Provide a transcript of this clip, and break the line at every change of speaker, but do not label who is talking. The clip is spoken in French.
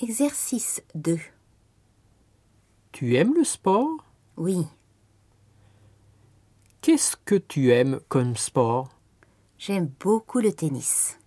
Exercice 2.
Tu aimes le sport
Oui,
Qu'est-ce que tu aimes comme sport
j'aime beaucoup le tennis.